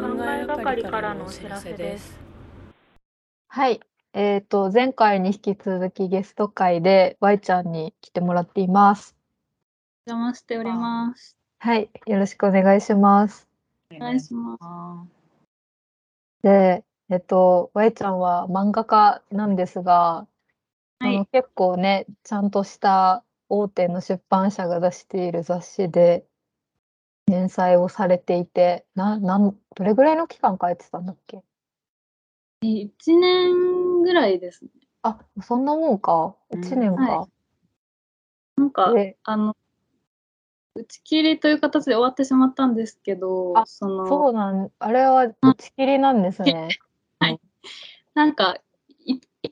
係からのお知らせです。はい。えっ、と、前回に引き続きゲスト会で Y ちゃんに来てもらっています。お邪魔しております。はい。よろしくお願いします。お願いします。で、えっ、と、Y ちゃんは漫画家なんですが、はいあの結構ね、ちゃんとした大手の出版社が出している雑誌で、連載をされていて、な、なん、どれぐらいの期間書いてたんだっけ一年ぐらいですね。あ、そんなもんか。うん1年かは。なんか、であの、打ち切りという形で終わってしまったんですけど、あその、そうなん、あれは打ち切りなんですね。なんか、いい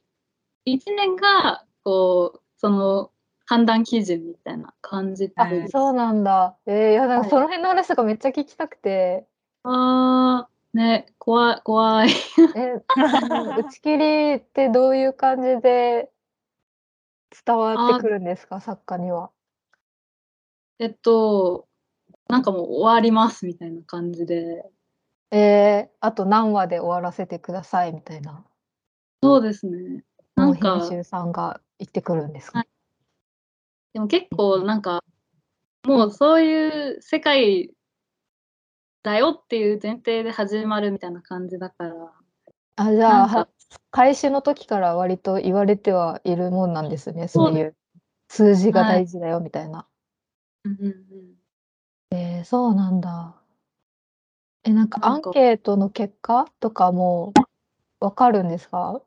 一年が、こう、その、判断基準みたいな感じで。あうん、そうなんだ。えー、いや、なはんかいその辺の話とかめっちゃ聞きた くて、あー、ね、怖い、怖い。え、打ち切りってどういう感じで伝わってくるんですか、作家には。えっと、なんかもう終わりますみたいな感じで。えー、あと何話で終わらせてくださいみたいなそうですね。なのをんか、編集さんが言ってくるんですか。でも結構なんかもうそういう世界だよっていう前提で始まるみたいな感じだからあ、じゃなあ、んかは開始の時から割と言われてはいるもんなんですね、そうそういう数字がはい大事だよみたいな。うんうんえーそうなんだ。え、なんかなアんンかケートの結果とかもわかるんですか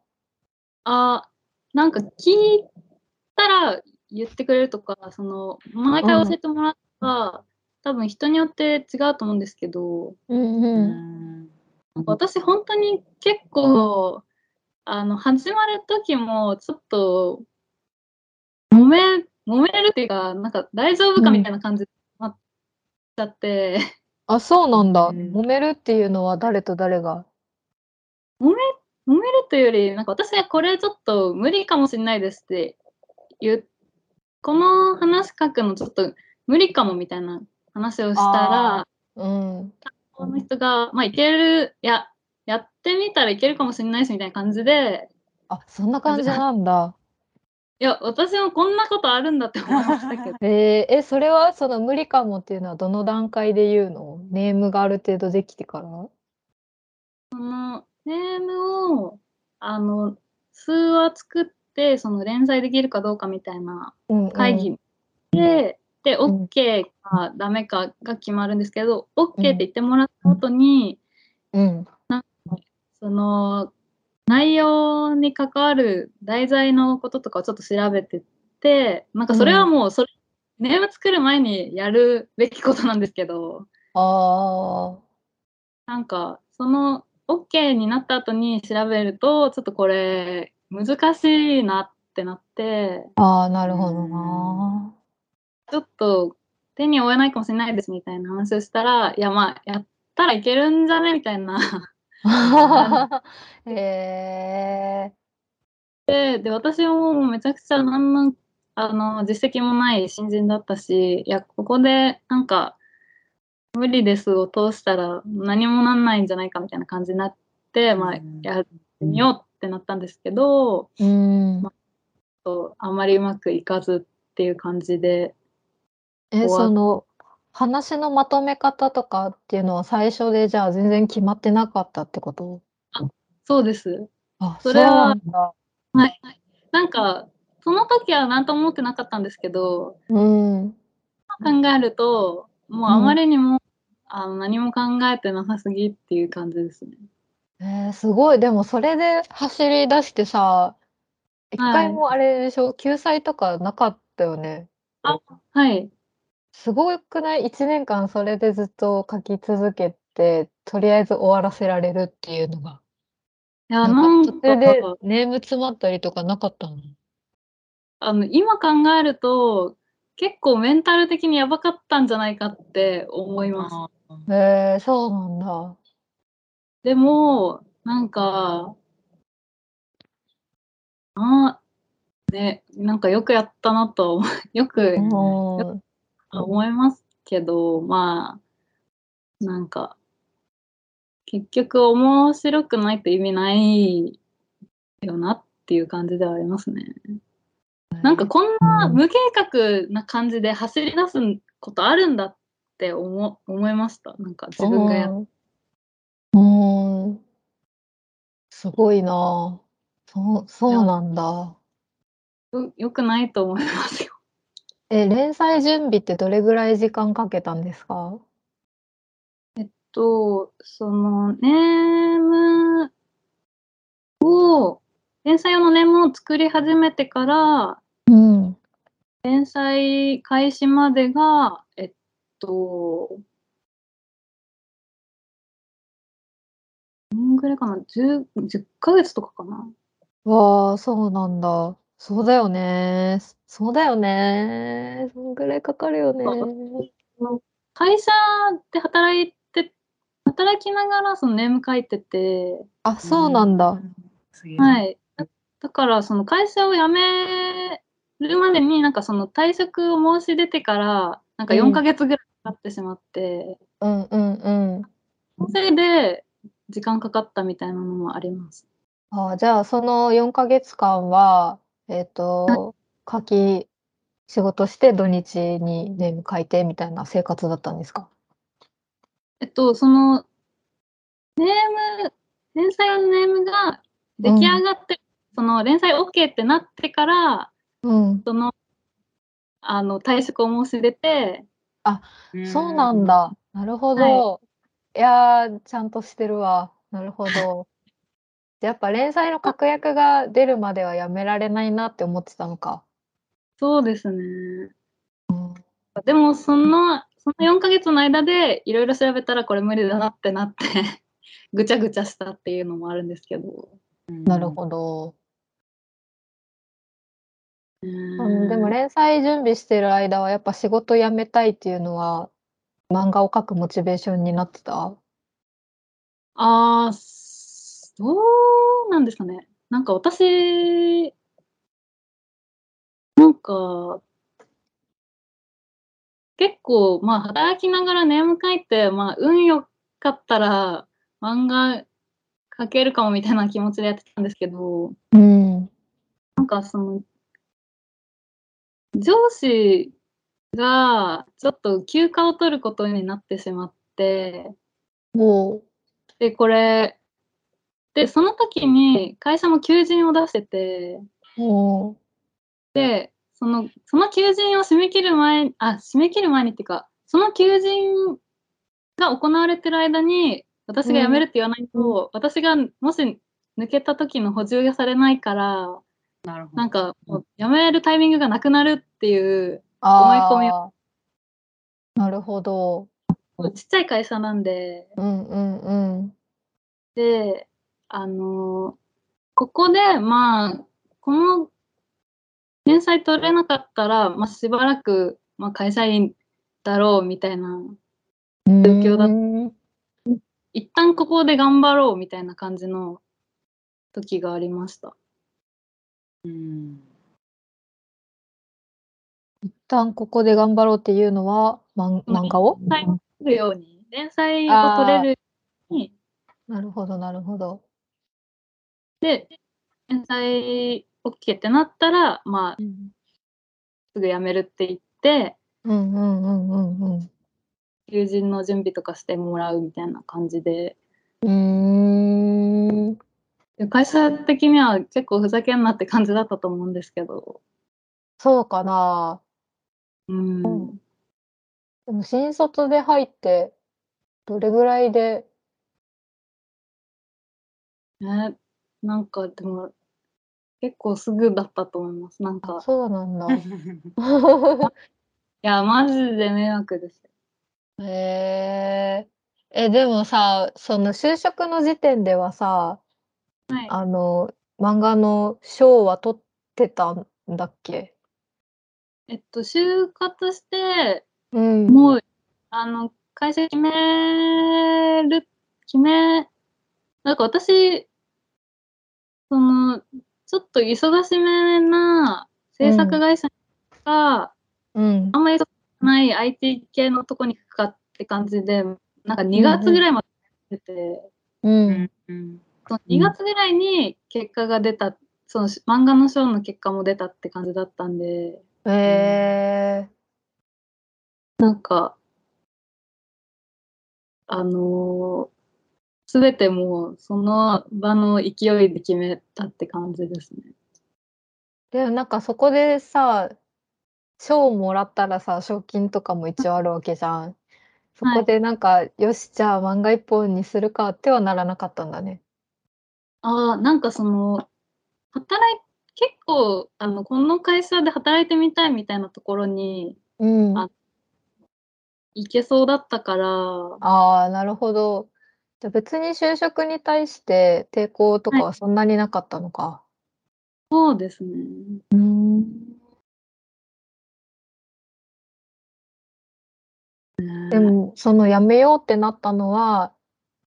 あなんか聞いたら言ってくれるとかその毎回教えてもらったら、多分人によって違うと思うんですけどううんうん。ん私本当に結構あの始まる時もちょっと揉め揉めるっていうかなんか大丈夫かみたいな感じになっちゃって、 あ、そうなんだ。うん揉めるっていうのは誰と誰が。揉めるというよりなんか私はこれちょっと無理かもしれないですって言うこの話書くのちょっと無理かもみたいな話をしたあらうん。この人がまあいけるいややってみたらいけるかもしれないしみたいな感じであ、そんな感じなんだ。いや私もこんなことあるんだって思いましたけど。えーえ、それはその無理かもっていうのはどの段階で言うのネームがある程度できてからネームをあの数話作ってその連載できるかどうかみたいなうんうん。会議で、でうん OK かダメかが決まるんですけど、OK って言ってもらった後に、うん。その内容に関わる題材のこととかをちょっと調べてってなんかそれはもうそれ、ネーム作る前にやるべきことなんですけどあなんかその OK になった後に調べるとちょっとこれ難しいなってなってあ。ああ、なるほどな。ちょっと手に負えないかもしれないですみたいな話をしたらいやまあやったらいけるんじゃねみたいな えでで私ももうめちゃくちゃ何のあの実績もない新人だったしいやここでなんか「無理です」を通したら何もなんないんじゃないかみたいな感じになって、まあうん、やってみようってなったんですけど。ー。うん。とあまりうまくいかずっていう感じでえ、終わっその話のまとめ方とかっていうのは最初でじゃあ全然決まってなかったってことそうですあ、それはそうなんだ。はいなんかその時は何とも思ってなかったんですけどうん。考えるともうあまりにも、あの何も考えてなさすぎっていう感じですねえーすごい。でもそれで走り出してさ、一回もあれでしょ、救済とかなかったよね。はいすごくない ?1 年間それでずっと書き続けて、とりあえず終わらせられるっていうのが。いやななんかん途中でかネーム詰まったりとかなかったのあの今考えると結構メンタル的にやばかったんじゃないかって思いますえー、そうなんだ。でも、なんか、あーね、なんかよくやったなとは思う、よくん。うん。思いますけど、まあ、なんか、結局面白くないと意味ないよなっていう感じではありますね。なんかこんな無計画な感じで走り出すことあるんだって思思いました。なんか自分がやっうんうんすごいなあそうそうなんだよよくないと思いますよ。え連載準備ってどれぐらい時間かけたんですかと、そのネームを、連載用のネームを作り始めてから、うん連載開始までが、えっと、どんぐらいかな 10, ?10 ヶ月とかかなわあそうなんだそうだよねそうだよねそんぐらいかかるよね会社で働いて、働きながらそのネーム書いてて、あそうなんだ。はいい。だだから、その会社を辞めるまでに、なんかその退職を申し出てから、なんかうん4ヶ月ぐらいかかってしまって、うんうんうんそれで時間かかったみたいなのもあります。あじゃあその4ヶ月間はえっと書き仕事して土日にネーム書いてみたいな生活だったんですかえっと、その、ネーム、連載用のネームが出来上がって、その連載 OK ってなってから、うんその、あの、退職を申し出て、そうなん。だなるほどいやーちゃんとしてるわなるほど やっぱ連載の確約が出るまではやめられないなって思ってたのかそうですね。でもその、その4ヶ月の間でいろいろ調べたらこれ無理だなってなって、ぐちゃぐちゃしたっていうのもあるんですけど。なるほどうん、うでも連載準備してる間はやっぱ仕事辞めたいっていうのは漫画を描くモチベーションになってあたあ、すどうなんですかね。なんか私、なんか、結構、まあ、働きながらネーム書いて、まあ、運良かったら漫画書けるかもみたいな気持ちでやってたんですけど、うん。なんかその、上司がちょっと休暇を取ることになってしまって、もう、で、これ、で、その時に会社も求人を出してて、もで、その、その求人を締め切る前に、あ、締め切る前にっていうか、その求人が行われてる間に、私が辞めるって言わないと、私がもし抜けた時の補充がされないから、なるほなんかもう辞めるタイミングがなくなるっていう、う、あ思い込みあ、なるほど。ちっちゃい会社なんで、うんうんうん。で、あの、ここで、まあ、この連載取れなかったら、まあ、しばらく、まあ、会社員だろうみたいな、況だうん一旦ここで頑張ろうみたいな感じの時がありました。うん。一旦ここで頑張ろうっていうのは、漫漫画を連載を取るように、連載を取れるように、なるほど、なるほど。で、連載 OK ってなったら、まあ、うんすぐ辞めるって言って、うんうんうんうんうん。友人の準備とかしてもらうみたいな感じで、うーん。で会社的には結構ふざけんなって感じだったと思うんですけど、そうかな。うん、でも新卒で入って、どれぐらいで、ね、なんかでも結構すぐだったと思います。なんか、そうなんだ。いや、マジで迷惑です。へええ、でもさ、その就職の時点ではさ、はい、あの、漫画の賞は取ってたんだっけえっと、就活して、うん。もう、あの、会社決める、決め、なんか私、その、ちょっと忙しめな制作会社が、うんあ。んまり忙しくない IT 系のとこに行くかって感じで、なんか2月ぐらいまでやってて、うん。うんその2月ぐらいに結果が出た、そのし漫画の賞の結果も出たって感じだったんで、えなんか、あのすべてもうその場の勢いで決めたって感じですね。ー、でもなんかそこでさ、賞をもらったらさ、賞金とかも一応あるわけじゃん。そこでなんか、よし、じゃあ漫画一本にするかってはならなかったんだね。ああ、なんかその、働い、結構、あの、この会社で働いてみたいみたいなところにうん。ああ行けそうだったから、あー、なるほど。じゃあ別に就職に対して抵抗とかはそんなになかったのか。そうですね。うん。でも、その辞めようってなったのは、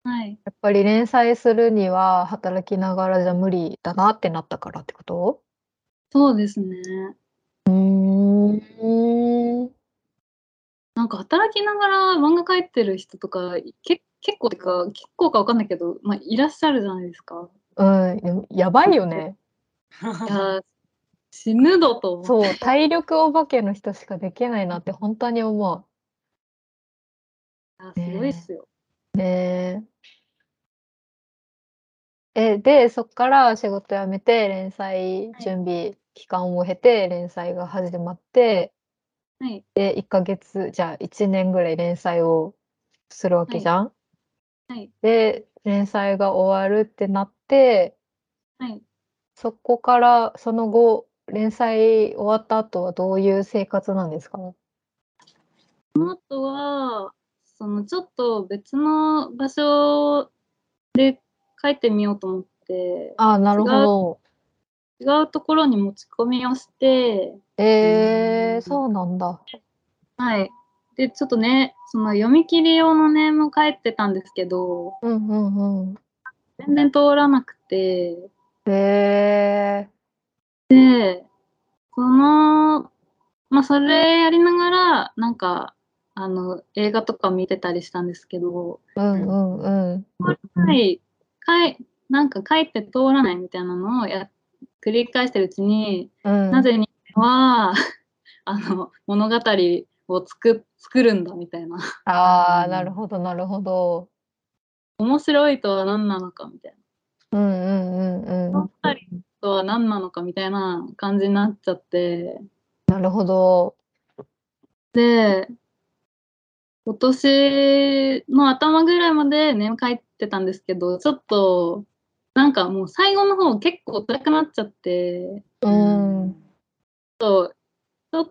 はい。やっぱり連載するには働きながらじゃ無理だなってなったからってことそうですね。うーん。なんか働きながら漫画描いてる人とか、け結構てか、結構かわかんないけど、まあ、いらっしゃるじゃないですか。うん、でもやばいよね。いやー、死ぬぞと思って。そう、体力お化けの人しかできないなって本当に思いやーすごいっすよ。う。ねえ。え、で、そっから仕事辞めて、連載準備期間を経て、連載が始まって、はい。で、1ヶ月、じゃあ1年ぐらい連載をするわけじゃん、はい。で、連載が終わるってなって、はい。そこから、その後、連載終わった後はどういう生活なんですかその後は、そのちょっと別の場所で書いてみようと思って、ああ、なるほど。違うところに持ち込みをして、えうー、んそうなんだ。はい。で、ちょっとね、その読み切り用のネームを書いてたんですけど、うんうんうん。全然通らなくて、えで、この、まあ、それやりながら、なんか、あの、映画とか見てたりしたんですけど、ー、うんうんうん。はい、かい、なんか書いて通らないみたいなのをや、繰り返してるうちに、うん、なぜには、あの、物語を作、作るんだみたいな、ああ、なるほどなるほど。面白いとは何なのかみたいな、うんうんうんうん。物語とは何なのかみたいな感じになっちゃって、なるほど。で、今年の頭ぐらいまでね、書いてたんですけど、ちょっと、なんかもう最後の方結構辛くなっちゃって、うん。ちょっ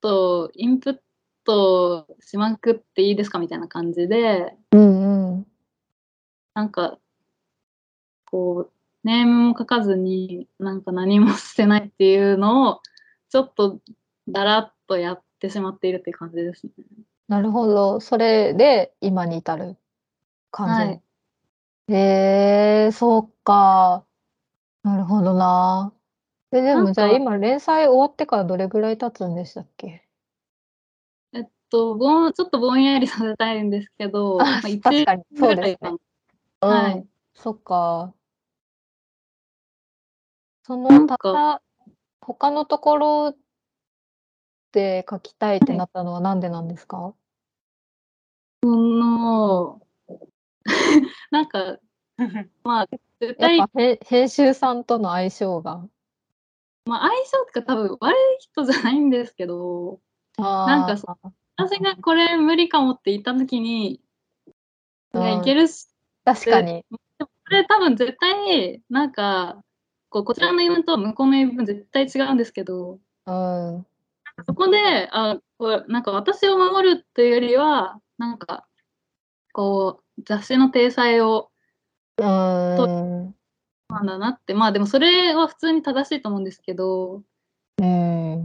とインプットしまくっていいですかみたいな感じで、うんうん。なんか、こう、ネームも書かずに、なんか何もしてないっていうのを、ちょっとだらっとやってしまっているっていう感じですね。なるほど。それで今に至るは感い。じ。えー、そうか。なるほどな。え、でなもんじゃあか今連載終わってからどれぐらい経つんでしたっけえっと、ぼんちょっとぼんやりさせたいんですけど、あまあ、確一かに年そうぐですねらいかなは。はいそっか。そなんのたかった他のところで書きたいってなったのはなんでなんですか、その、 なんか、絶対、やっぱへ編集さんとの相性が。まあ、相性とか多分悪い人じゃないんですけど、なんかそ私がこれ無理かもって言った時に、いやうんいけるし、確かに。これ多分絶対、なんか、こうこちらの言い分と向こうの言い分絶対違うんですけど、うん。そこで、あ、こうなんか私を守るというよりは、なんか、こう、雑誌の体裁をうん。なんだなって、まあでもそれは普通に正しいと思うんですけど、うん。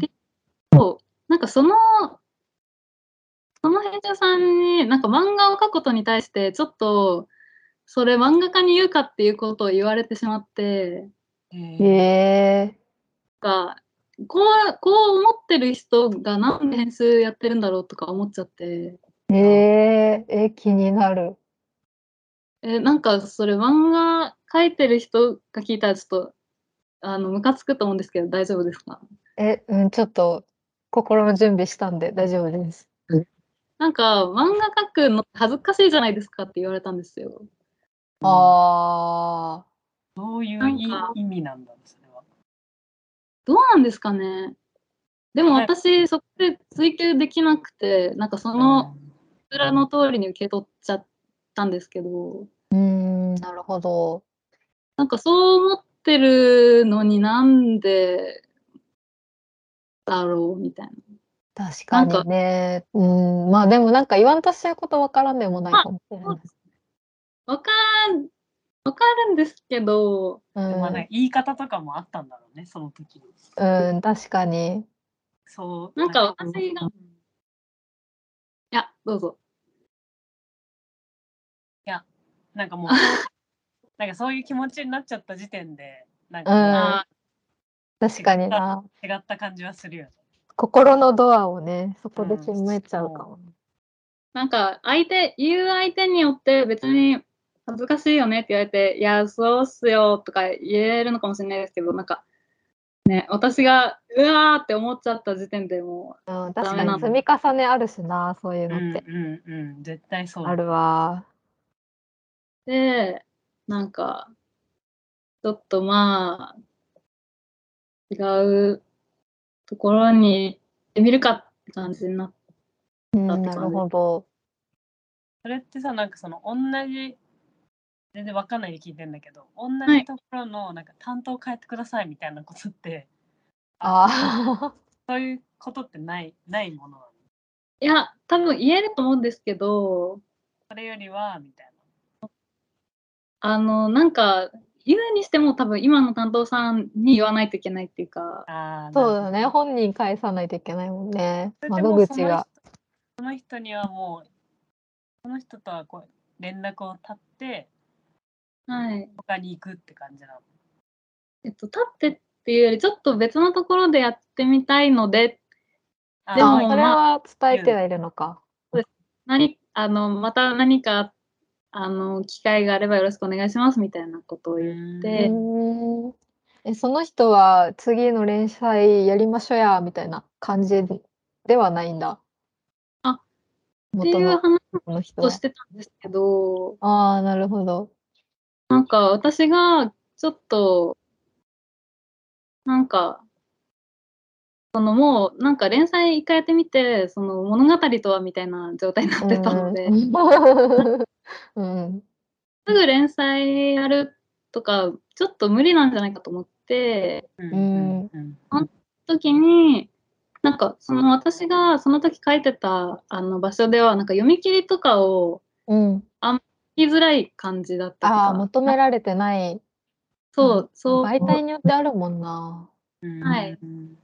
なんかその、その編集さんに、なんか漫画を描くことに対して、ちょっと、それ漫画家に言うかっていうことを言われてしまって、えなんか、こう、こう思ってる人がなんで編集やってるんだろうとか思っちゃって、ー、えー、え、気になる。え、なんかそれ漫画書いてる人が聞いたらちょっと、あの、ムカつくと思うんですけど、大丈夫ですかえ、うん、ちょっと心の準備したんで大丈夫です。なんか、漫画書くの恥ずかしいじゃないですかって言われたんですよ。ああ、どういなうんいか意味なんだろうそれは。どうなんですかねでも私、そこで追求できなくて、なんかその裏の通りに受け取っちゃったんですけど、うーん、なるほど。なんかそう思ってるのになんでだろうみたいな。確かなんにかね。うん、まあでもなんか言わんとしてることわからんでもないかもしれないです。わかん、わかるんですけど、うんでもなんうか言い方とかもあったんだろうね、その時の。ん、うん、確かに。そう。なんか私がうんいいや、どうぞ。や、なんかもう、なんかそういう気持ちになっちゃった時点で、なんかうんもうあ確かにな。違った感じはするよね。心のドアをね、そこで決めちゃうかも。なんか相手、言う相手によって別に恥ずかしいよねって言われて、いや、そうっすよとか言えるのかもしれないですけど、なんか、ね、私がうわーって思っちゃった時点でもう、うん、確ダかメになの積み重ねあるしな、そういううのっんて。うんうん、絶対そうだあるわ。で、なんか、ちょっとまあ、違うところに行ってみるかって感じになって、うん、だってなるほど。それってさ、なんかその同じ、全然わかんないで聞いてんだけど、同はじいところのなんか担当変えてくださいみたいなことって、あそういうことってない、ないものなの。いや、多分言えると思うんですけど、それよりは、みたいあの、なんか、言うにしても多分今の担当さんに言わないといけないっていうか、な。ああ、ーそうだね。なるほど本人返さないといけないもんね。それって窓もう口が。その人その人にはもう、その人とはこう連絡を立って、はい。他に行くって感じなの。えっと、立ってっていうより、ちょっと別のところでやってみたいので、あーでもあそれは伝えてはいるのか。何、あの、また何か、あの、機会があればよろしくお願いしますみたいなことを言うっうまあて、ーんえ、その人は次の連載やりましょうや、みたいな感じではないんだ。あ、って元いうの話この人をはしてたんですけど、ああ、なるほど。なんか私がちょっと、なんか、そのもう、なんか連載一回やってみて、その物語とはみたいな状態になってたので、うん。 うんすぐ連載やるとか、ちょっと無理なんじゃないかと思って、うんうん時に、なんかその私がその時書いてたあの場所では、なんか読み切りとかをうん。聞きづらい感じだったとあかあ、、求められてない。そう、そう、媒体によってあるもんな。うんはいうん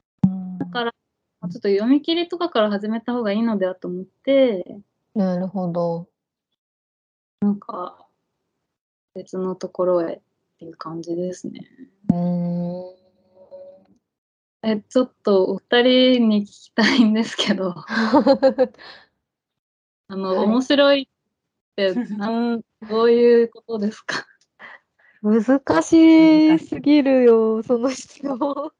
だからちょっと読み切りとかから始めた方がいいのではと思って、なる ほど。なんか別のところへっていう感じですね。うーん。え、ちょっとお二人に聞きたいんですけど、あの、はい面白いって なん、どういうことですか難しすぎるよ、その質問。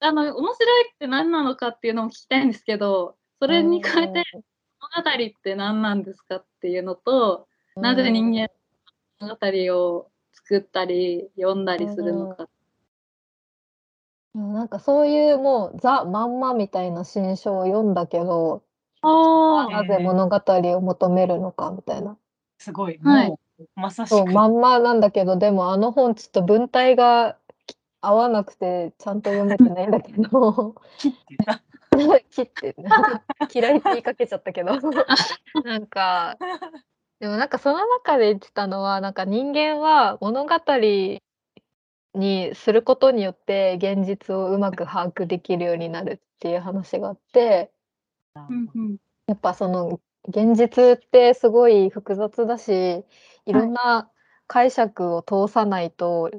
あの、面白いって何なのかっていうのも聞きたいんですけど、それに加えて物語って何なんですかっていうのと、うん、なぜ人間物語を作ったり読んだりするのか。うんなんかそういうもうザ・まんまみたいな新書を読んだけど、あーなぜ物語を求めるのかみたいな。すごい、はいもうまさしそう、く、 まんまなんだけど、でもあの本ちょっと文体が合わなくて、ちゃんと読めてないんだけど、 切って言った。切って、 嫌いって言いかけちゃったけど、なんか、でもなんかその中で言ってたのは、なんか人間は物語にすることによって現実をうまく把握できるようになるっていう話があって、うんうんやっぱその現実ってすごい複雑だしいろんな解釈を通さないと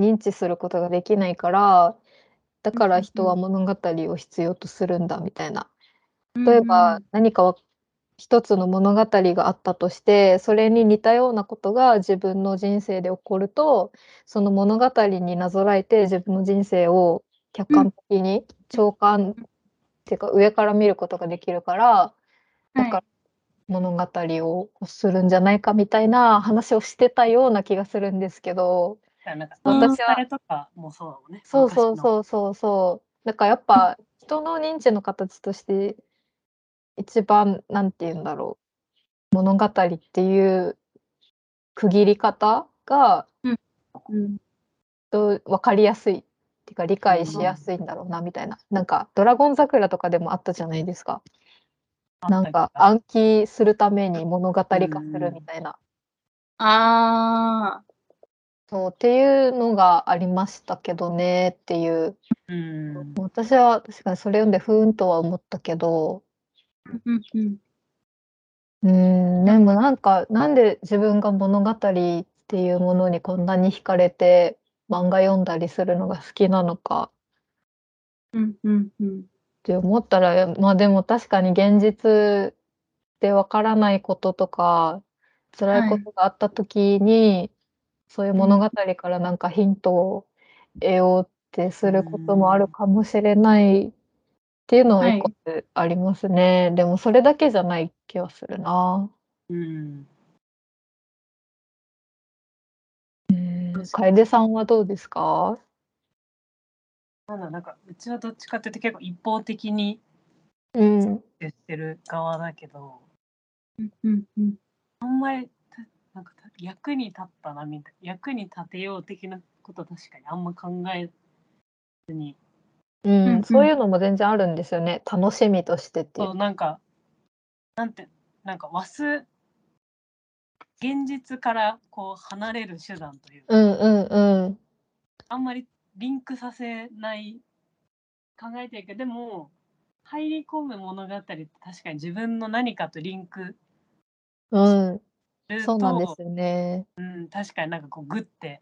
認知することができないからだから人は物語を必要とするんだみたいな例えば何かわ一つの物語があったとしてそれに似たようなことが自分の人生で起こるとその物語になぞらえて自分の人生を客観的に長観っていうか上から見ることができるからだから物語をするんじゃないかみたいな話をしてたような気がするんですけどらなんかうん私はあれとかもそうだもんね。そうそうう。そうそうそうだからやっぱ人の認知の形として一番なんて言うんだろう物語っていう区切り方がうんと分かりやすいっていうか理解しやすいんだろうなみたいな、なんか「ドラゴン桜」とかでもあったじゃないですかなんか暗記するために物語化するみたいな、あそうっていうのがありましたけどねっていううん。私は確かにそれ読んでふーんとは思ったけどーうんうんうーんでもなんかなんで自分が物語っていうものにこんなに惹かれて漫画読んだりするのが好きなのかうんうんうんって思ったらまあでも確かに現実でわからないこととか辛いことがあった時に、そういう物語からなんかヒントを得ようってすることもあるかもしれないっていうのは一個ありますね、でもそれだけじゃない気はするな。うん。楓さんはどうですかなんだなんかうちはどっちかっていうと結構一方的にうん言ってる側だけど、うんうんうんあんまりたなんかた役に立ったなみたいな役に立てよう的なこと確かにあんま考えうんうんそういうのも全然あるんですよね楽しみとしてっていうそうなんかなんてなんか和数現実からこう離れる手段というか、うんうんうんあんまりリンクさせない考えてるけどでも入り込む物語って確かに自分の何かとリンクうんするそうなんでとすよね。うん確かになんかこうグッて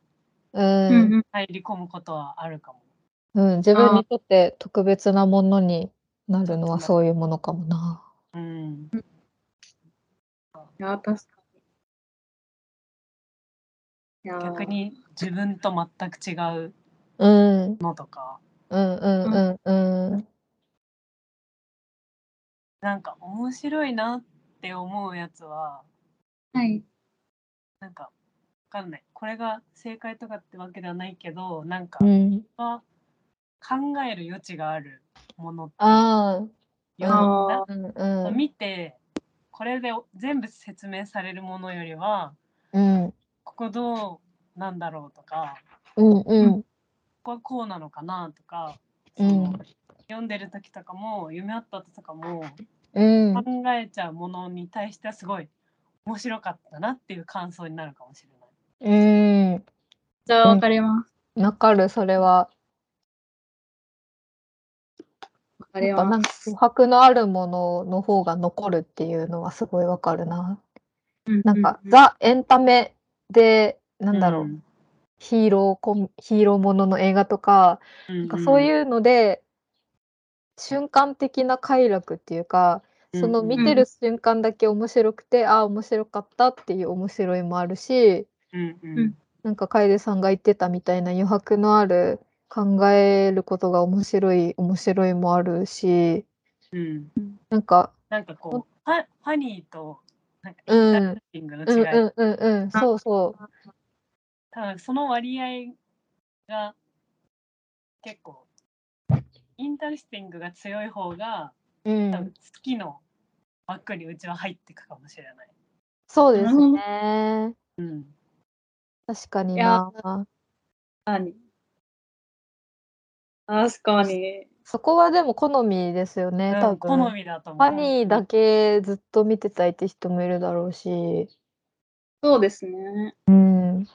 うんうんうん入り込むことはあるかも。うん、自分にとって特別なものになるのはそういうものかもな。うんいや確かにいやー逆に自分と全く違ううん、うんのとかうんうんうん。なんか面白いなって思うやつははいなんかわかんないこれが正解とかってわけではないけどなんかうん、は考える余地があるものあよああ、うんうん。見てこれで全部説明されるものよりはうんここどうなんだろうとかうんうんここはこうなのかなとか、うんその読んでる時とかも夢あった時とかもうん。考えちゃうものに対してはすごい面白かったなっていう感想になるかもしれない。うん。じゃあわかりますわかる、それは。わかりやっぱなまんか余白のあるものの方が残るっていうのはすごいわかるな。すなんか、ううザ・エンタメで、なんだろう、うんヒーローコン、ヒーローものの映画とか、ななんかそうういうので、瞬間的な快楽っていうかその見てる瞬間だけ面白くて、ああ面白かったっていう面白いもあるしうんうんうんなんか楓さんが言ってたみたいな余白のある考えることが面白い面白いもあるしうんなんかなんかこうファファニーとなんかエうんンターテイングのう違い、んうんうんうんそうそ多分その割合が結構インタレスティングが強い方がう、う多分ん好、きのバックにうちは入っていくかもしれない。そうですねうん、確かにな確かにそこはでも好みですよねう多ん好分。みだと思フう。ァニーだけずっと見てたいって人もいるだろうし。そうですねうん。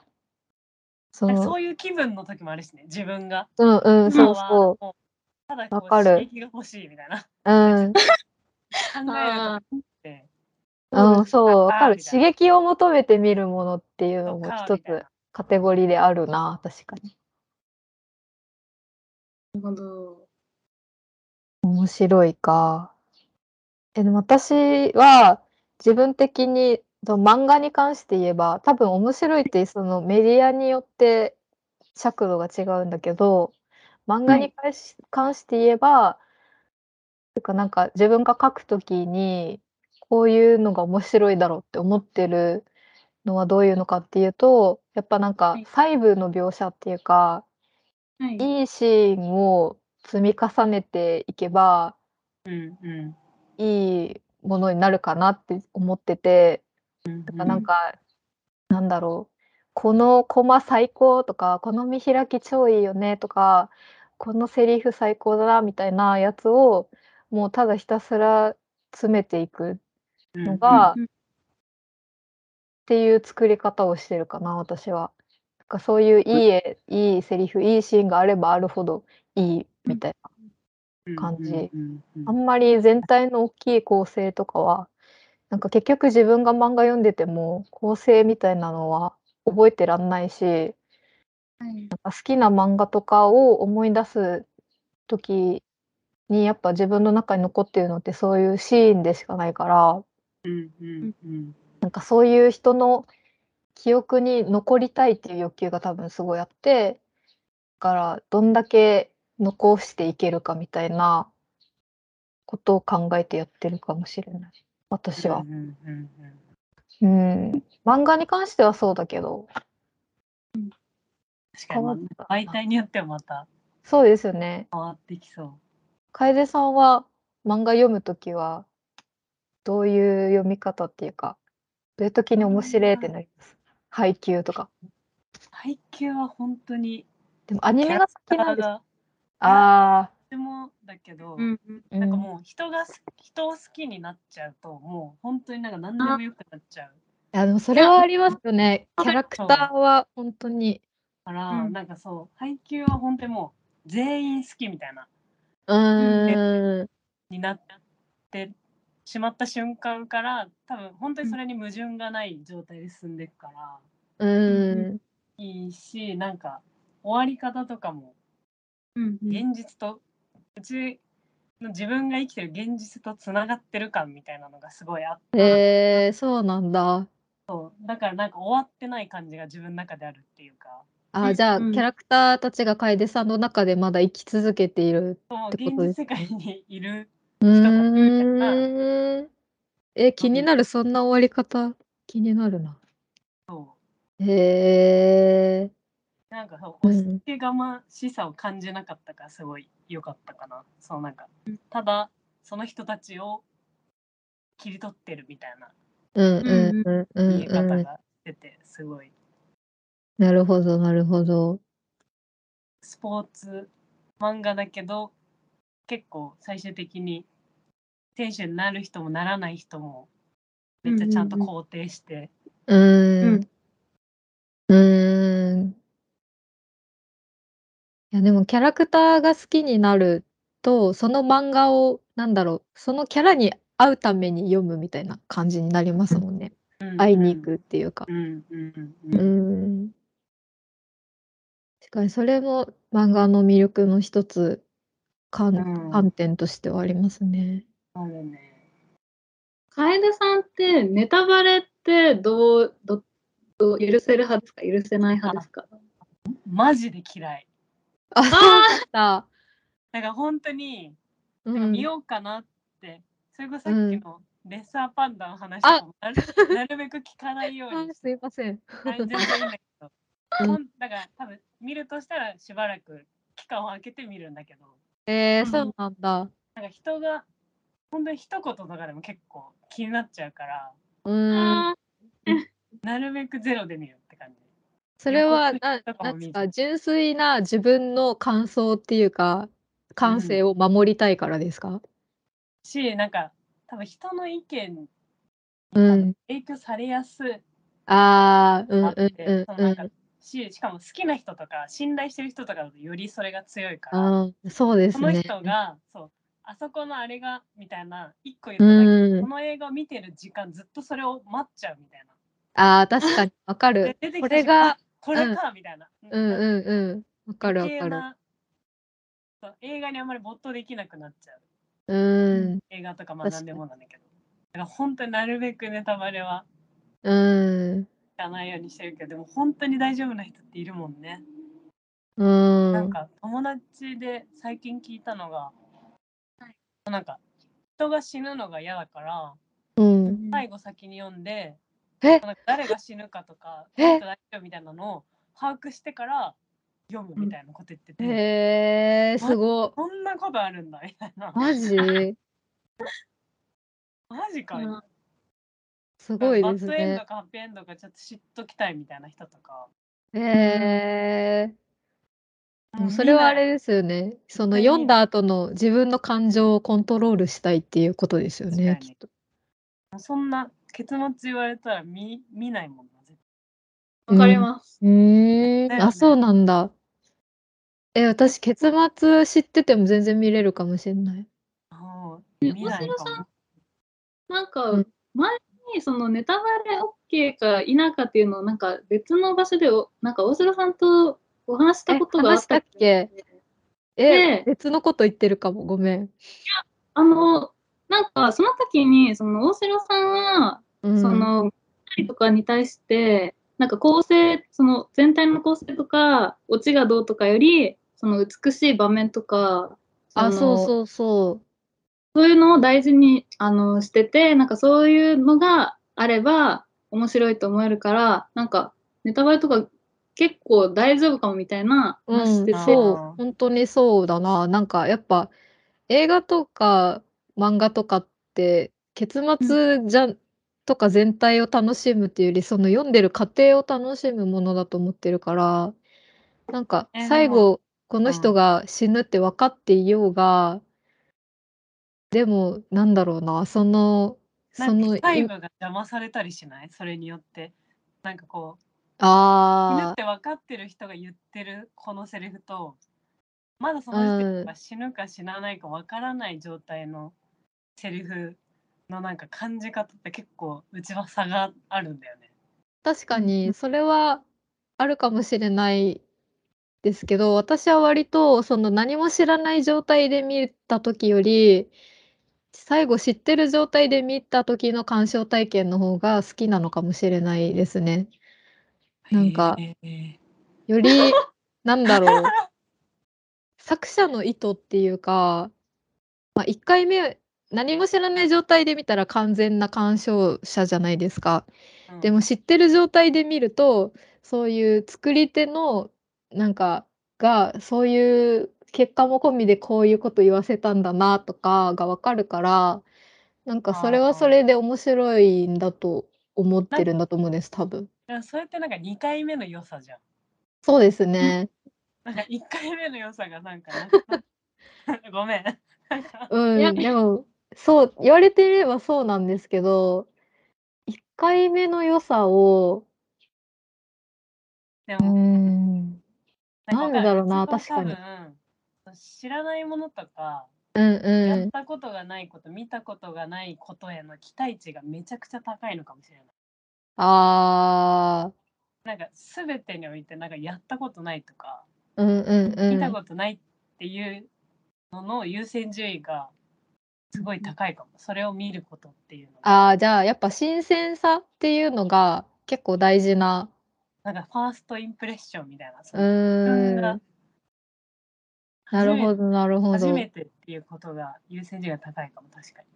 そなんかのそういう気分の時もあるしね自分が。うんうん、今そうはそもうただわこうかる刺激が欲しいみたいなう。うん、考えるとってうん、そう、わかあーる。みたい刺な激を求めて見るものっていうのもとかみ一たいつなカテゴリーであるな、確かに。なるほど面白いか。え、でも私は、自分的にその漫画に関して言えば多分面白いってそのメディアによって尺度が違うんだけど漫画に関し,、関して言えばてかなんか自分が書くときにこういうのが面白いだろうって思ってるのはどういうのかっていうとやっぱなんかはい細部の描写っていうかはいいいシーンを積み重ねていけばうんうんいいものになるかなって思っててうんだからなんか、なんだろうこのコマ最高とかこの見開き超いいよねとかこのセリフ最高だなみたいなやつをもうただひたすら詰めていくっうんのがうんていう作り方をしてるかな私は。なんかそういういい絵、いいセリフいいシーンがあればあるほどいいみたいな。感じうんうんあんまり全体の大きい構成とかはなんか結局自分が漫画読んでても構成みたいなのは覚えてらんないしはいなんか好きな漫画とかを思い出す時にやっぱ自分の中に残ってるのってそういうシーンでしかないからうんうんうんなんかそういう人の記憶に残りたいっていう欲求が多分すごいあってだからどんだけ残していけるかみたいなことを考えてやってるかもしれない私はう。んうんうんうんうん、漫画に関してはそうだけど確かにまあ変わった媒体によってはまたそうですよね変わってきそう。楓さんは漫画読むときはどういう読み方っていうかどういう時に面白いってなります配給とか配給は本当にでもアニメが好きなんですとあてもだけど、うんうんあなんかもう人がす人を好きになっちゃうともう本当になんか何でもよくなっちゃういやでもそれはありますよね。キいやャラクターは本当に。から、うんなんかそう配給は本当にもう全員好きみたいなうーん。になってしまった瞬間から多分本当にそれに矛盾がない状態で進んでいくからうーん。いいしなんか終わり方とかもうんうん現実とうちの自分が生きてる現実とつながってる感みたいなのがすごいあってえー、そうなんだ。だからなんか終わってない感じが自分の中であるっていうかあじゃあ、うんキャラクターたちが楓さんの中でまだ生き続けているそうって現こと実です世ね。界にいるう人がいるみたいーん。え、気になる、そんな終わり方、気になるな。へえなんかそううん押し付けがましさを感じなかったからすごい良かったかなそうなんかただその人たちを切り取ってるみたいなうんうんうんう見えん方うん。が出てすごいなるほど、なるほど。スポーツ漫画だけど結構最終的に選手になる人もならない人もめっちゃちゃんとうんうん肯定してうーん。うーん。いやでもキャラクターが好きになるとその漫画をなんだろうそのキャラに合うために読むみたいな感じになりますもんね、会いに行くっていうかうんうんうんううんん確かにそれも漫画の魅力の一つ観,、うん観点としてはありますねあるね楓さんってネタバレってどうどどう許せる派ですか許せない派ですかマジで嫌いあそうだっただから本当にうなんか見ん、ようかなって、それこそさっきのレッサーパンダの話とあかもな るなるべく聞かないようあにしすいませんて全然いいんだけど、うんほんだから多分見るとしたらしばらく期間を空けて見るんだけどうえー、んそうなんだなんか人が本当に一言とかでも結構気になっちゃうからうーんあなるべくゼロで見るって感じ。それは予な告とかもなんです見か純粋な自分の感想っていうか感性を守りたいからですか、しなんか多分人の意見にうん影響されやすいああうんあって、うんそのうなんんかししかも好きな人とか信頼してる人とかだとよりそれが強いから。あーそうですそのね人が、そう、あそこのあれがみたいな、一個言っうただけで、こんの映画を見てる時間、ずっとそれを待っちゃうみたいああ確かにわか な。でる出てこきたれ瞬間、があこれかみたいな。うんうんうんわかるわ余計かるなそう映画にあんまり没頭できなくなっちゃう。うん映画とか確学んでもなんだけど。から本当になるべくネタバレはうん。聞かないようにしてるけどでも本当に大丈夫な人っているもんね。うん。なんか友達で最近聞いたのが、なんか人が死ぬのが嫌だからうん。最後先に読んで、えなんか誰が死ぬかとかこえの人大丈夫みたいなのを把握してから読むみたいなこと言ってて、へえ、すごっ。そんなことあるんだみたい なマジマジか、うんすごいバですッドエンドね。かハッピーエンドかちょっと知っときたいみたいな人とかへえ。でもそれはあれですよね。そ見のない読んだ後の自分の感情をコントロールしたいっていうことですよね、確かきにっと。そんな結末言われたら見見ないもんな絶わかります。うーん、だよねあ、そうなんだ。え、私、結末知ってても全然見れるかもしれない。対もうね見ないかもなんうかん、前にそのネタバレ OK か否かっていうのをなんか別の場所でお、なんか大城さんとお話したことがあったえ話けえで、別のこと言ってるかも、ごめん。あの、なんかその時に、その大城さんは、うん、その、二人とかに対して、なんか構成、その全体の構成とか、オチがどうとかより、その美しい場面とか、あ、のそうそうそそういうのを大事にあのしてて、なんかそういうのがあれば面白いと思えるから、なんかネタバレとか結構大丈夫かもみたいなう。う話してて、ん、そうあー。本当にそうだな。なんか、やっぱ、映画とか漫画とかって、結末じゃ、とか全体を楽しむっていうより、その読んでる過程を楽しむものだと思ってるから、なんか、えー最でも後、この人が死ぬって分かっていようが、でも、なんだろうな、その、なそんかの、細部が邪魔されたりしないそれによってなんかこう死ぬっああ、て分かってる人が言ってるこのセリフとまだその人が死ぬか死なないか分からない状態のセリフのなんか感じ方って結構うちは差があるんだよね。確かうに、んそれはあるかもしれないですけど、私は割と、その何も知らない状態で見た時より、最後知ってる状態で見た時の鑑賞体験の方が好きなのかもしれないですね。なんかへーより、なんだろう。作者の意図っていうか、まあ、1回目何も知らない状態で見たら完全な鑑賞者じゃないですか。うんでも知ってる状態で見るとそういう作り手のなんかがそういう結果も込みでこういうこと言わせたんだなとかがわかるからなんかそれはそれで面白いんだと思ってるんだと思うんです多分。でもそれってなんか2回目の良さじゃん。そうで すね。なんか1回 目の良さがなんかなくなっごめん。ういやん、でも、そう、言われてみればそうなんですけど、1回目の良さを、でうーもん、なんなんでだろうなわかるうちは確かに多分知らないものとかうんやうっん。たことがないこと、見たことがないことへの期待値がめちゃくちゃ高いのかもしれない。あなんか全てにおいてなんかやったことないとか、ー、うんうんう見たん。ことないっていうのの優先順位がすごい高いかも。それを見ることっていうのが。あー、じゃあ、やっぱ新鮮さっていうのが結構大事な、なんかファーストインプレッションみたいな。そうの自分ーがん、なるほど、なるほ初ど。めてっていうことが優先順位が高いかも、確かに。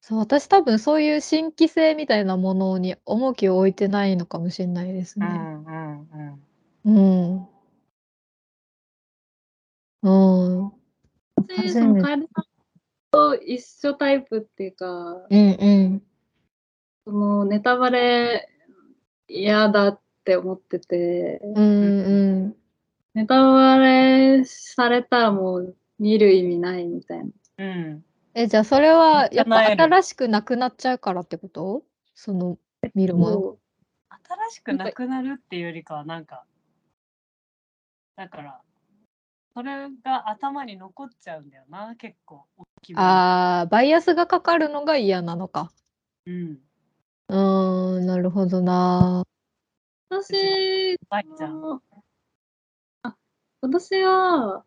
そう、私多分そういう新規性みたいなものに重きを置いてないのかもしれないですうね。んうんうん。うん。うん。私、初そのめ楓てさんと一緒タイプっていうか、うんうん。そのネタバレ嫌だって思ってて、うんうん。ネタバレされたらもう見る意味ないみたいな。うん。え、じゃあそれはやっぱ叶える新しくなくなっちゃうからってことその見るもの。そう新しくなくなるっていうよりかは、なんか、だから、それが頭に残っちゃうんだよな、結構。大きめにああ、バイアスがかかるのが嫌なのか。うん。うーん、なるほどな。私、バイちゃん。あ私は、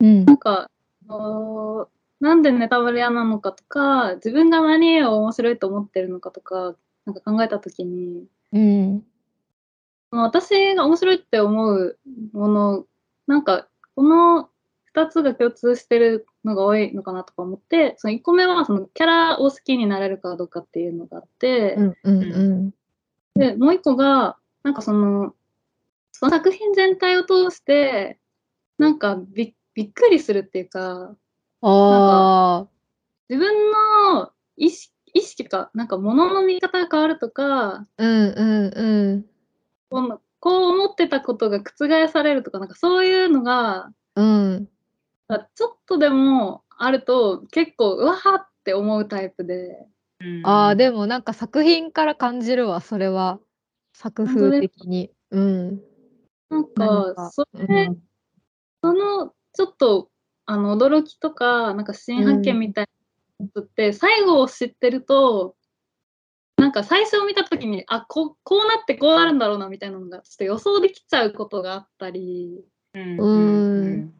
うん。なんか、あのなんでネタバレ嫌なのかとか、自分が何を面白いと思ってるのかとか、なんか考えたときに、うん。まあ私が面白いって思うもの、なんか、この2つが共通してるのが多いのかなとか思って、その1個目は、そのキャラを好きになれるかどうかっていうのがあって、うんうんうん。で、もう1個が、なんかその、その作品全体を通して、なんかびびっくりするっていうか、ああ。自分の意識意識か、なんか物の見方が変わるとか、うんうんこうこう思ってたことが覆されるとか、なんかそういうのが、うん。うん。あちょっとでもあると結構うわーって思うタイプでああ、でも。もなんか作品から感じるわ、それは。作風的に。うん。なんか何かそれうんちょっとあの驚きとかなんか新発見みたいなのって、最後を知ってるとなんか最初を見た時にあここうなってこうなるんだろうなみたいなのがちょっと予想できちゃうことがあったりうんうーん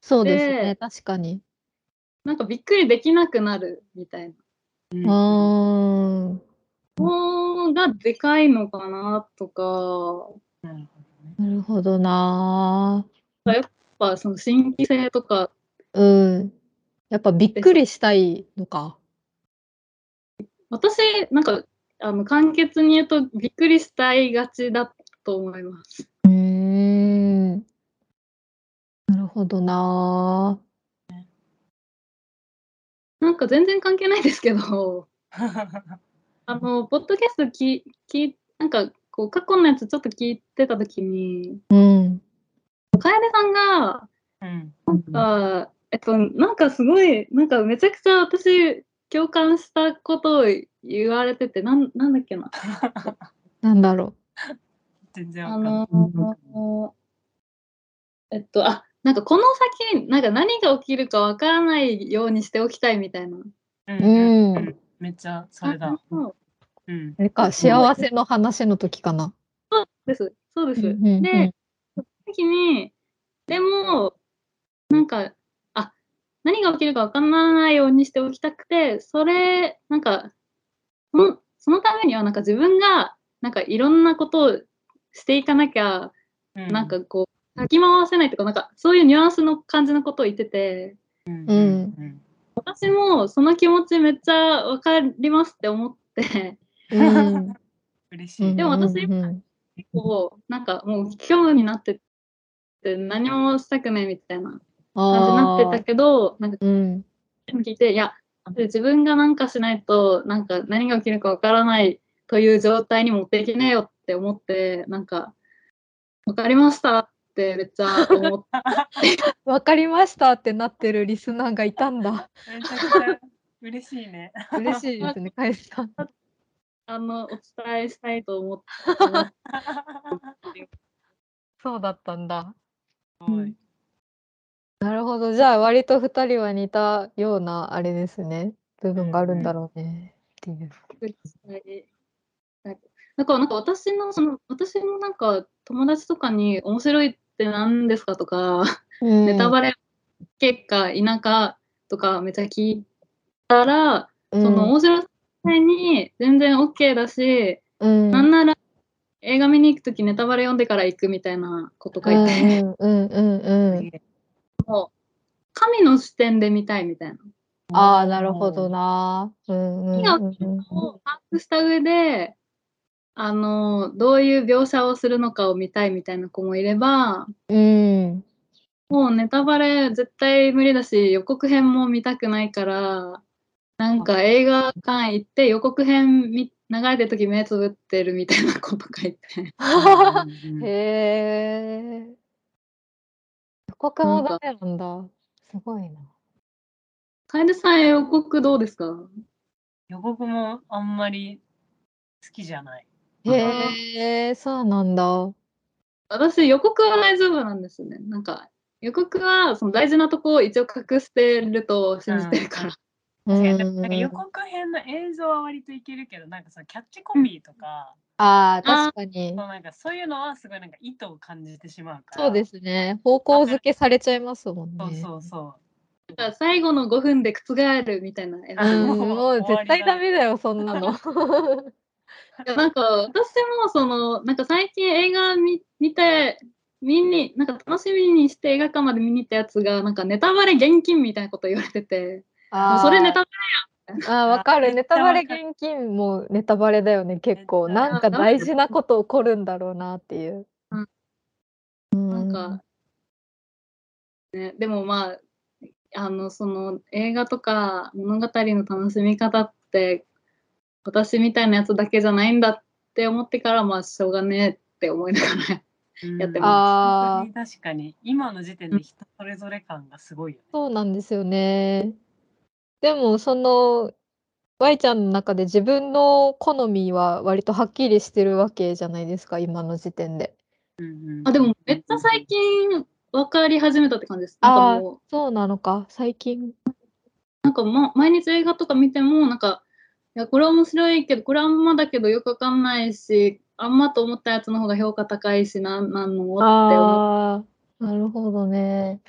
そうですでね、確かに。なんかびっくりできなくなるみたいなうんうーん。のがでかいのかなとかなるほなるほどなやっぱその新規性とかー。うん。やっぱびっくりしたいのか。私、なんか、あの、簡潔に言うと、びっくりしたいがちだと思います。うーん。なるほどななんか全然関係ないですけど、 どねあの、ポッドキャストき、き、なんか、こう、過去のやつちょっと聞いてたときに、ー。うん。楓さんが、うん。あーえっと、なんかすごい、なんかめちゃくちゃ私、共感したことを言われてて、なん、なんだっけな。なんだろ全然わあかんないの。ーえっと、あ、なんかこの先、なんか何が起きるかわからないようにしておきたいみたいな。うんう。うんう。うんんめっちゃそれだ。あそううん。あれか、幸せの話の時かな。です。そうです。うんうんうんで、その時に、でも、なんか、あ、何が起きるかわからないようにしておきたくて、それ、なんか、そのそのためには、なんか自分が、なんかいろんなことをしていかなきゃ、うんなんかこう、かき回せないとか、なんかそういうニュアンスの感じのことを言ってて、うんううんん私もその気持ちめっちゃわかりますって思 って、うん。嬉しうんい。 でも私うんうん結構、なんかもう虚無になってて、何もしたくないみたいな感じになあってたけど、なんかーうん。聞いて、いや、自分がなんかしないと、なんか何が起きるかわからないという状態に持っていけねえよって思って、なんか、わかりましたってめっちゃ思って、わかりましたってなってるリスナーがいたん だ。めちゃくちゃ嬉しいね。嬉しいですね、かえさん。あの、お伝えしたいと思って、そうだったんだ。すごい。なるほど。じゃあ、割と二人は似たような、あれですね。部分があるんだろうね。っていう。びっくりしたいだからなんか私のその私もなんか友達とかに面白いって何ですかとか、ネタバレ結果田舎とかめっちゃ聞いたら、レその面白さに全然 OK だし、うん、なんなら映画見に行くときネタバレ読んでから行くみたいなこと書いて、うんうんうんうんうん。神の視点で見たいみたいなああ、なるほどな。うんうんうんうん。のを把握した上で、あの、どういう描写をするのかを見たいみたいな子もいれば、 うんもうネタバレ絶対無理だし予告編も見たくないからなんか映画館行って予告編み流れてる時目つぶってるみたいなこと書いて うん。へえ。予告もダメなんだ。すごいな。楓さん予告どうですか予告もあんまり好きじゃない。へえ、そうなんだ。私予告は大丈夫なんですねなんか予告はその大事なとこを一応隠してると信じてるから、うん確かになんか予告編の映像は割といけるけど、なんかそのキャッチコピーとか、ああ、確かにそ。うなんかそういうのはすごいなんか意図を感じてしまうから。そうですね。方向づけされちゃいますもんね。そうそうそう。か最後の5分で覆るみたいなやうつんもうもう終わ絶りだ対ダメだよ、そんなの。いやなんか私もそのなんか最近映画見見て見になんか楽しみにして映画館まで見に行ったやつがなんかネタバレ厳禁みたいなこと言われててもうそれネタバあーわかる。めネっちゃタバレわかる現金もネタバレだよね、結構。めっちゃなんか大事なこと起こるんだろうなっていう。レなんか、ね、でもまああのその映画とか物語の楽しみ方って私みたいなやつだけじゃないんだって思ってからまあしょうがねえって思いながらやってますうん本当に確かに今の時点で人それぞれ感がすごいよね。そうなんですよね。でも、その、Y ちゃんの中で自分の好みは割とはっきりしてるわけじゃないですか、今の時点で。あでもめっちゃ最近近分かり始めたって感じです。なんかああもう、そうなのか、最近。なんか、ま、毎日映画とか見ても、なんか、いや、これは面白いけど、これはあんまだけどよくわかんないし、あんまと思ったやつの方が評価高いし、なんなんのって思っああ、なるほどね。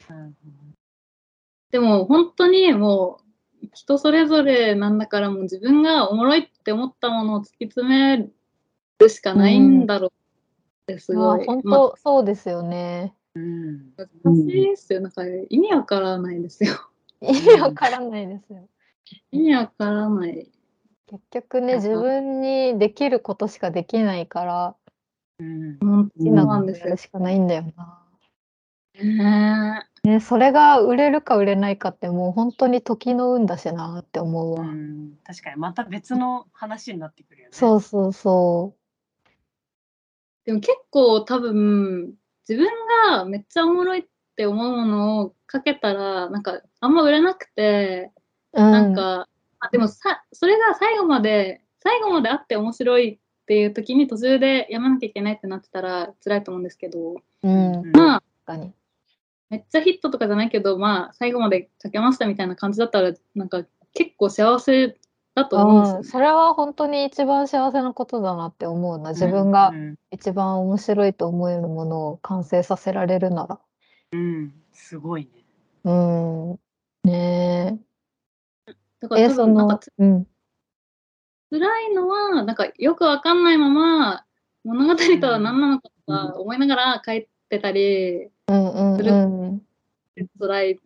ても、本当にもう、人それぞれなんだから、もう自分がおもろいって思ったものを突き詰めるしかないんだろうって、すまごあ、い。本まあ当、そうですよね。うん難しいですよ。なんか、意味わからないですよ。意味わからないですよ。意味わからない。結局ね、あ自分にできることしかできないから、うん本当好きななこんでとすやよるしかないんだよな。ね。ね、それが売れるか売れないかってもう本当に時の運だしなって思ううわ。ん確かにまた別の話になってくるよね。そうそうそでも結構多分自分がめっちゃおもろいって思うものをかけたらなんかあんま売れなくて、う。うん、なんかあでもさそれが最後まで最後まであって面白いっていう時に途中でやめなきゃいけないってなってたら辛いと思うんですけどう、うんん確まあかに。めっちゃヒットとかじゃないけどまあ最後までかけましたみたいな感じだったらなんか結構幸せだと思うんですよねうん、。それは本当に一番幸せなことだなって思うな。自分うがん一番面白いと思えるものを完成させられるなら。うんすごいね。うん。ねだかえ。らえ、多そ分なんかの、うん。辛いのは、なんかよくわかんないまま、物語とは何なのかとか思いながら書いてたり、うんうんするうん。辛い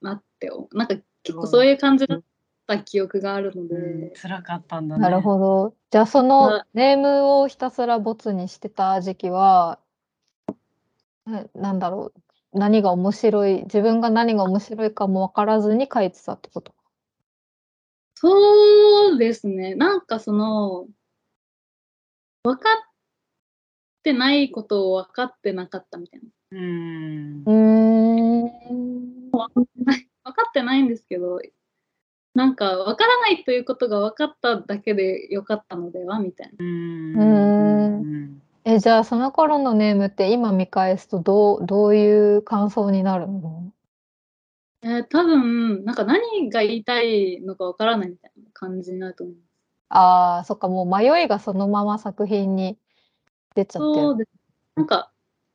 なって思う、なんか結構そういう感じだった記憶があるので、うん辛かったんだね。なるほど。じゃあそのなネームをひたすらボツにしてた時期は、ななんだろう。何が面白い、自分が何が面白いかもわからずに書いてたってこと。そうですね、なんかその、分かってないことを分かってなかったみたいな。うんうー分ん。かってないんですけど、なんか分からないということが分かっただけでよかったのではみたいな。うんうんうんえ、じゃあその頃のネームって今見返すとどう、どういう感想になるのえー多分、なんか何が言いたいのかわからないみたいな感じになると思う。ああ、そっか、もう迷いがそのまま作品に出ちゃってそうでる。す。なんか、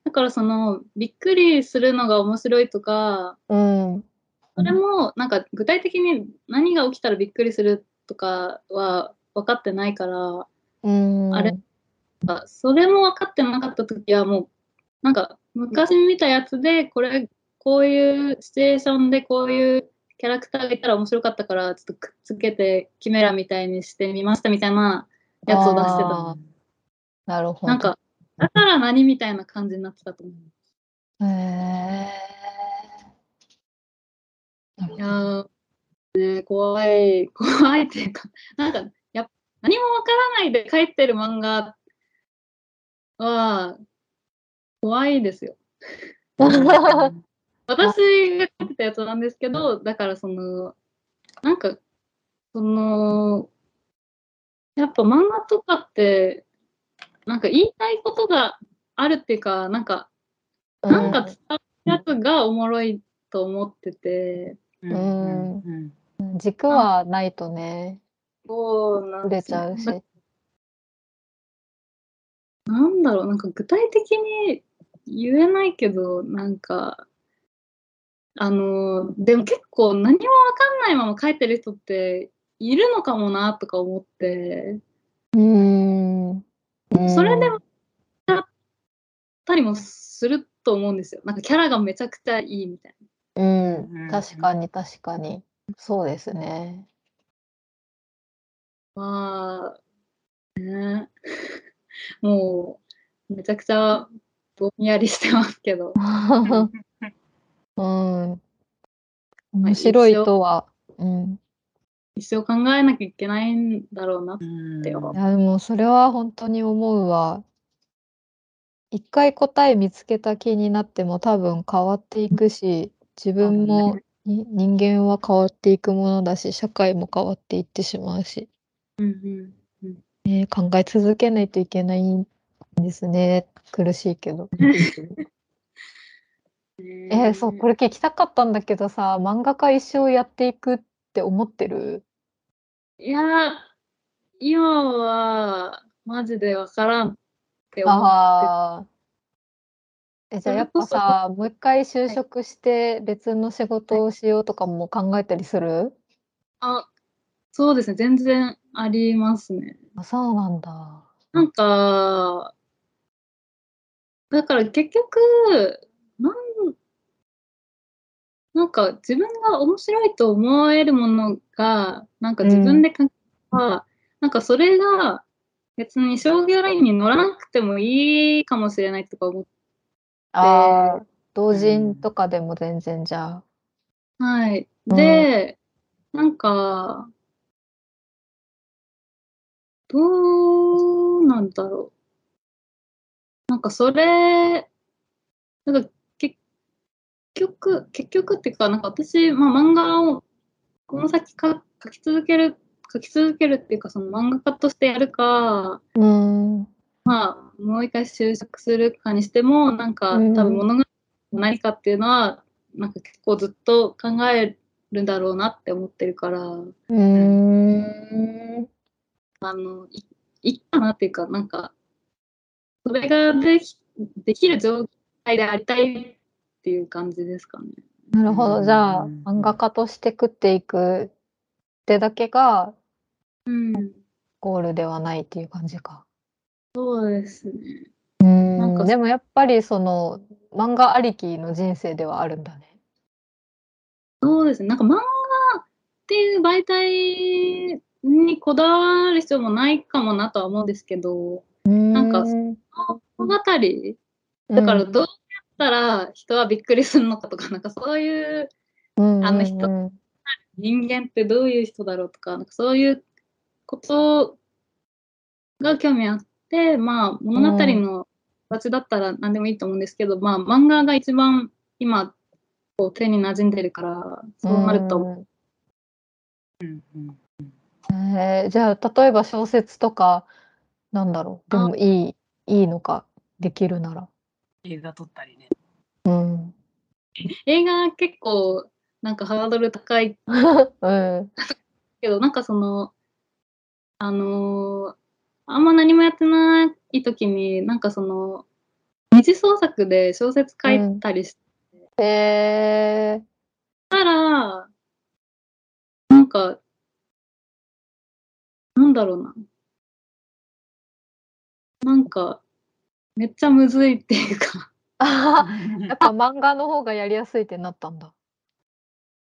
だからその、びっくりするのが面白いとか、うん。それも、なんか具体的に何が起きたらびっくりするとかは分かってないから、うん。あれあそれも分かってなかった時はもう、なんか昔見たやつで、これ、こういうシチュエーションでこういうキャラクターがいたら面白かったから、ちょっとくっつけてキメラみたいにしてみましたみたいなやつを出してた。あーなるほど。なんか、だから何みたいな感じになってたと思う。へえ。なるほいどやー、ね、怖い、怖いっていうか、なんか、やっぱ何もわからないで書いてる漫画は、怖いですよ。 私が書いてたやつなんですけど、だからその、なんか、その、やっぱ漫画とかって、なんか言いたいことがあるっていうか、なんか、なんか伝わるやつがおもろいと思ってて、うんうんうんうん軸はないとね、そうなん売でれすちゃうし。ななんだろう、なんか具体的に言えないけど、なんか、あの、でも結構何もわかんないまま書いてる人っているのかもなとか思って、うーん。それでも、だったりもすると思うんですよ。なんかキャラがめちゃくちゃいいみたいうんう、ん確かに確かに。そうですね。な。まあ、ね、 もう、めちゃくちゃぼんやりしてますけど。うん。面白いとは。うん。一生考えなきゃいけないんだろうな。うんだよいや、でもそれは本当に思うわ。一回答え見つけた気になっても多分変わっていくし、自分もに人間は変わっていくものだし、社会も変わっていってしまうし、うんうん。ね、考え続けないといけないんですね。苦しいけど。えーそう、これ聞きたかったんだけどさ、漫画家一生やっていくって思ってるいや、今は、マジでわからんって思う。ああ。え、じゃあそやれっこぱそさ、もう一回就職して別の仕事をしようとかも考えたりするあ、そうですね。全然ありますね。あ、そうなんだ。なんか、だから結局、なん、なんか自分が面白いと思えるものが、なんか自分で考えたら、なんかそれが別に商業ラインに乗らなくてもいいかもしれないとか思って、ああ、同人とかでも全然じゃあ。はい。で、なんか、どうなんだろう。なんかそれ、なんか結局、結局っていうか、なんか私、まあ漫画をこの先か書き続ける、書き続けるっていうか、その漫画家としてやるか、うーん。まあ、もう一回就職するかにしても、なんか、多うん分物語の何かっていうのは、なんか結構ずっと考えるんだろうなって思ってるから、うーん。あの、いいっかなっていうか、なんか、それができできる状態でありたいっていう感じですかね。なるほど。じゃあ、うん漫画家として食っていくってだけがうん。ゴールではないっていう感じか。そうですね。うんんかでもやっぱりその漫画ありきの人生ではあるんだね。そうですね。なんか漫画っていう媒体にこだわる必要もないかもなとは思うんですけど、なんか物語だからどうやったら人はびっくりするのかとか、なんかそういうあの人人間ってどういう人だろうとか、なんかそういうことが興味あって、まあ物語の形だったら何でもいいと思うんですけど、まあ漫画が一番今こう手に馴染んでるから、そうなると思う。思うんうんうん。えーじゃあ例えば小説とかなんだろうでもいいいいのかできるなら。映画撮ったりね。うん。映画結構なんかハードル高いうん。けど、なんかその、あのーあんま何もやってない時に、なんかその、二次創作で小説書いたりしえーたら、なんか、なんだろうな。なんか、めっちゃむずいっていうか、あははやっぱ漫画の方がやりやすいってなったんだ。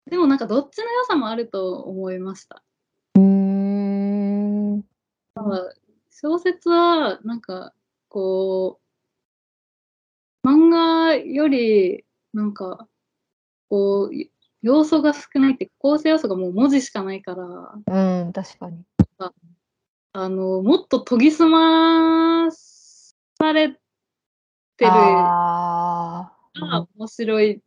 でもなんかどっちの良さもあると思いました。うん。小説はなんかこう漫画よりなんかこう要素が少ないって構成要素がもう文字しかないからうん確かに。あのもっと研ぎ澄まされてるがああ。面白い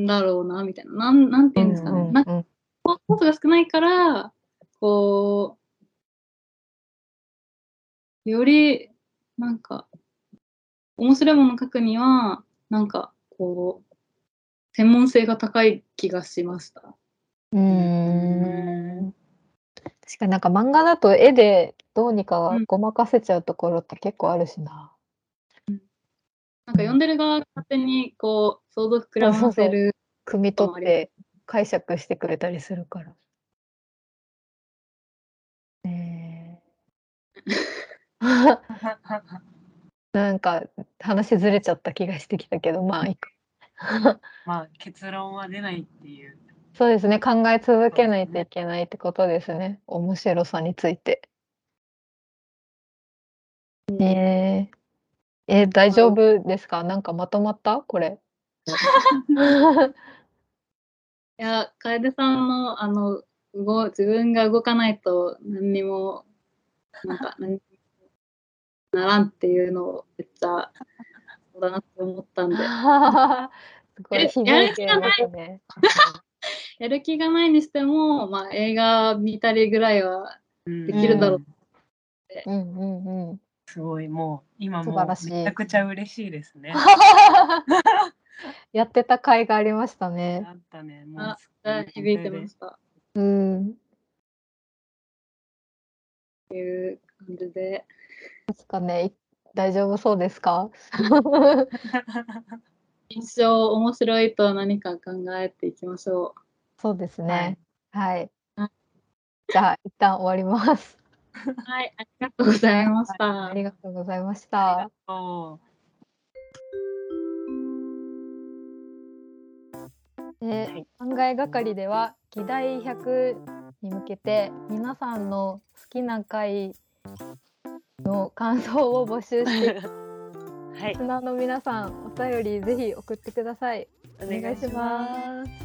んだろうなみたいななんなんていうんですかね、なんかうん構成要素が少ないからこうよりなんか面白いものを書くにはなんかこう専門性が高い気がしました。うんうん確かになんか漫画だと絵でどうにかうんごまかせちゃうところって結構あるしな。なんか読んでる側が勝手にこう想像膨らそうまそうせる汲み取って解釈してくれたりするから。ね えなんか話ずれちゃった気がしてきたけどまあいいかまあ結論は出ないっていう。そうですね考え続けないといけないってことですね面白さについて。ねええ大丈夫ですかなんかまとまったこ れ。いや、楓さんの、あの、動自分が動かないと何にも、なんか、何にもならんっていうのをめっちゃ、そうだなって思ったんで。すごいえひどやるい気系がないですね。やる気がないにしても、まあ、映画見たりぐらいは、うんできるだろう。うんうんうん。すごいもう今素も晴らしういめちゃくちゃ嬉しいですね。やってた甲斐がありましたね。あったね。もうあすごあ響いてました。っうん。ていう感じで。ですかね。い大丈夫そうですか印象面白いと何か考えていきましょ そうで すね。はい。じゃあ、一旦終わり ます。う。はい、ありがとうございました。ありがとうございましあたり。がとう。ではい考えがかりでは議題100に向けて皆さんの好きな回の感想を募集してはいリスナーの皆さんお便りぜひ送ってください。お。願いします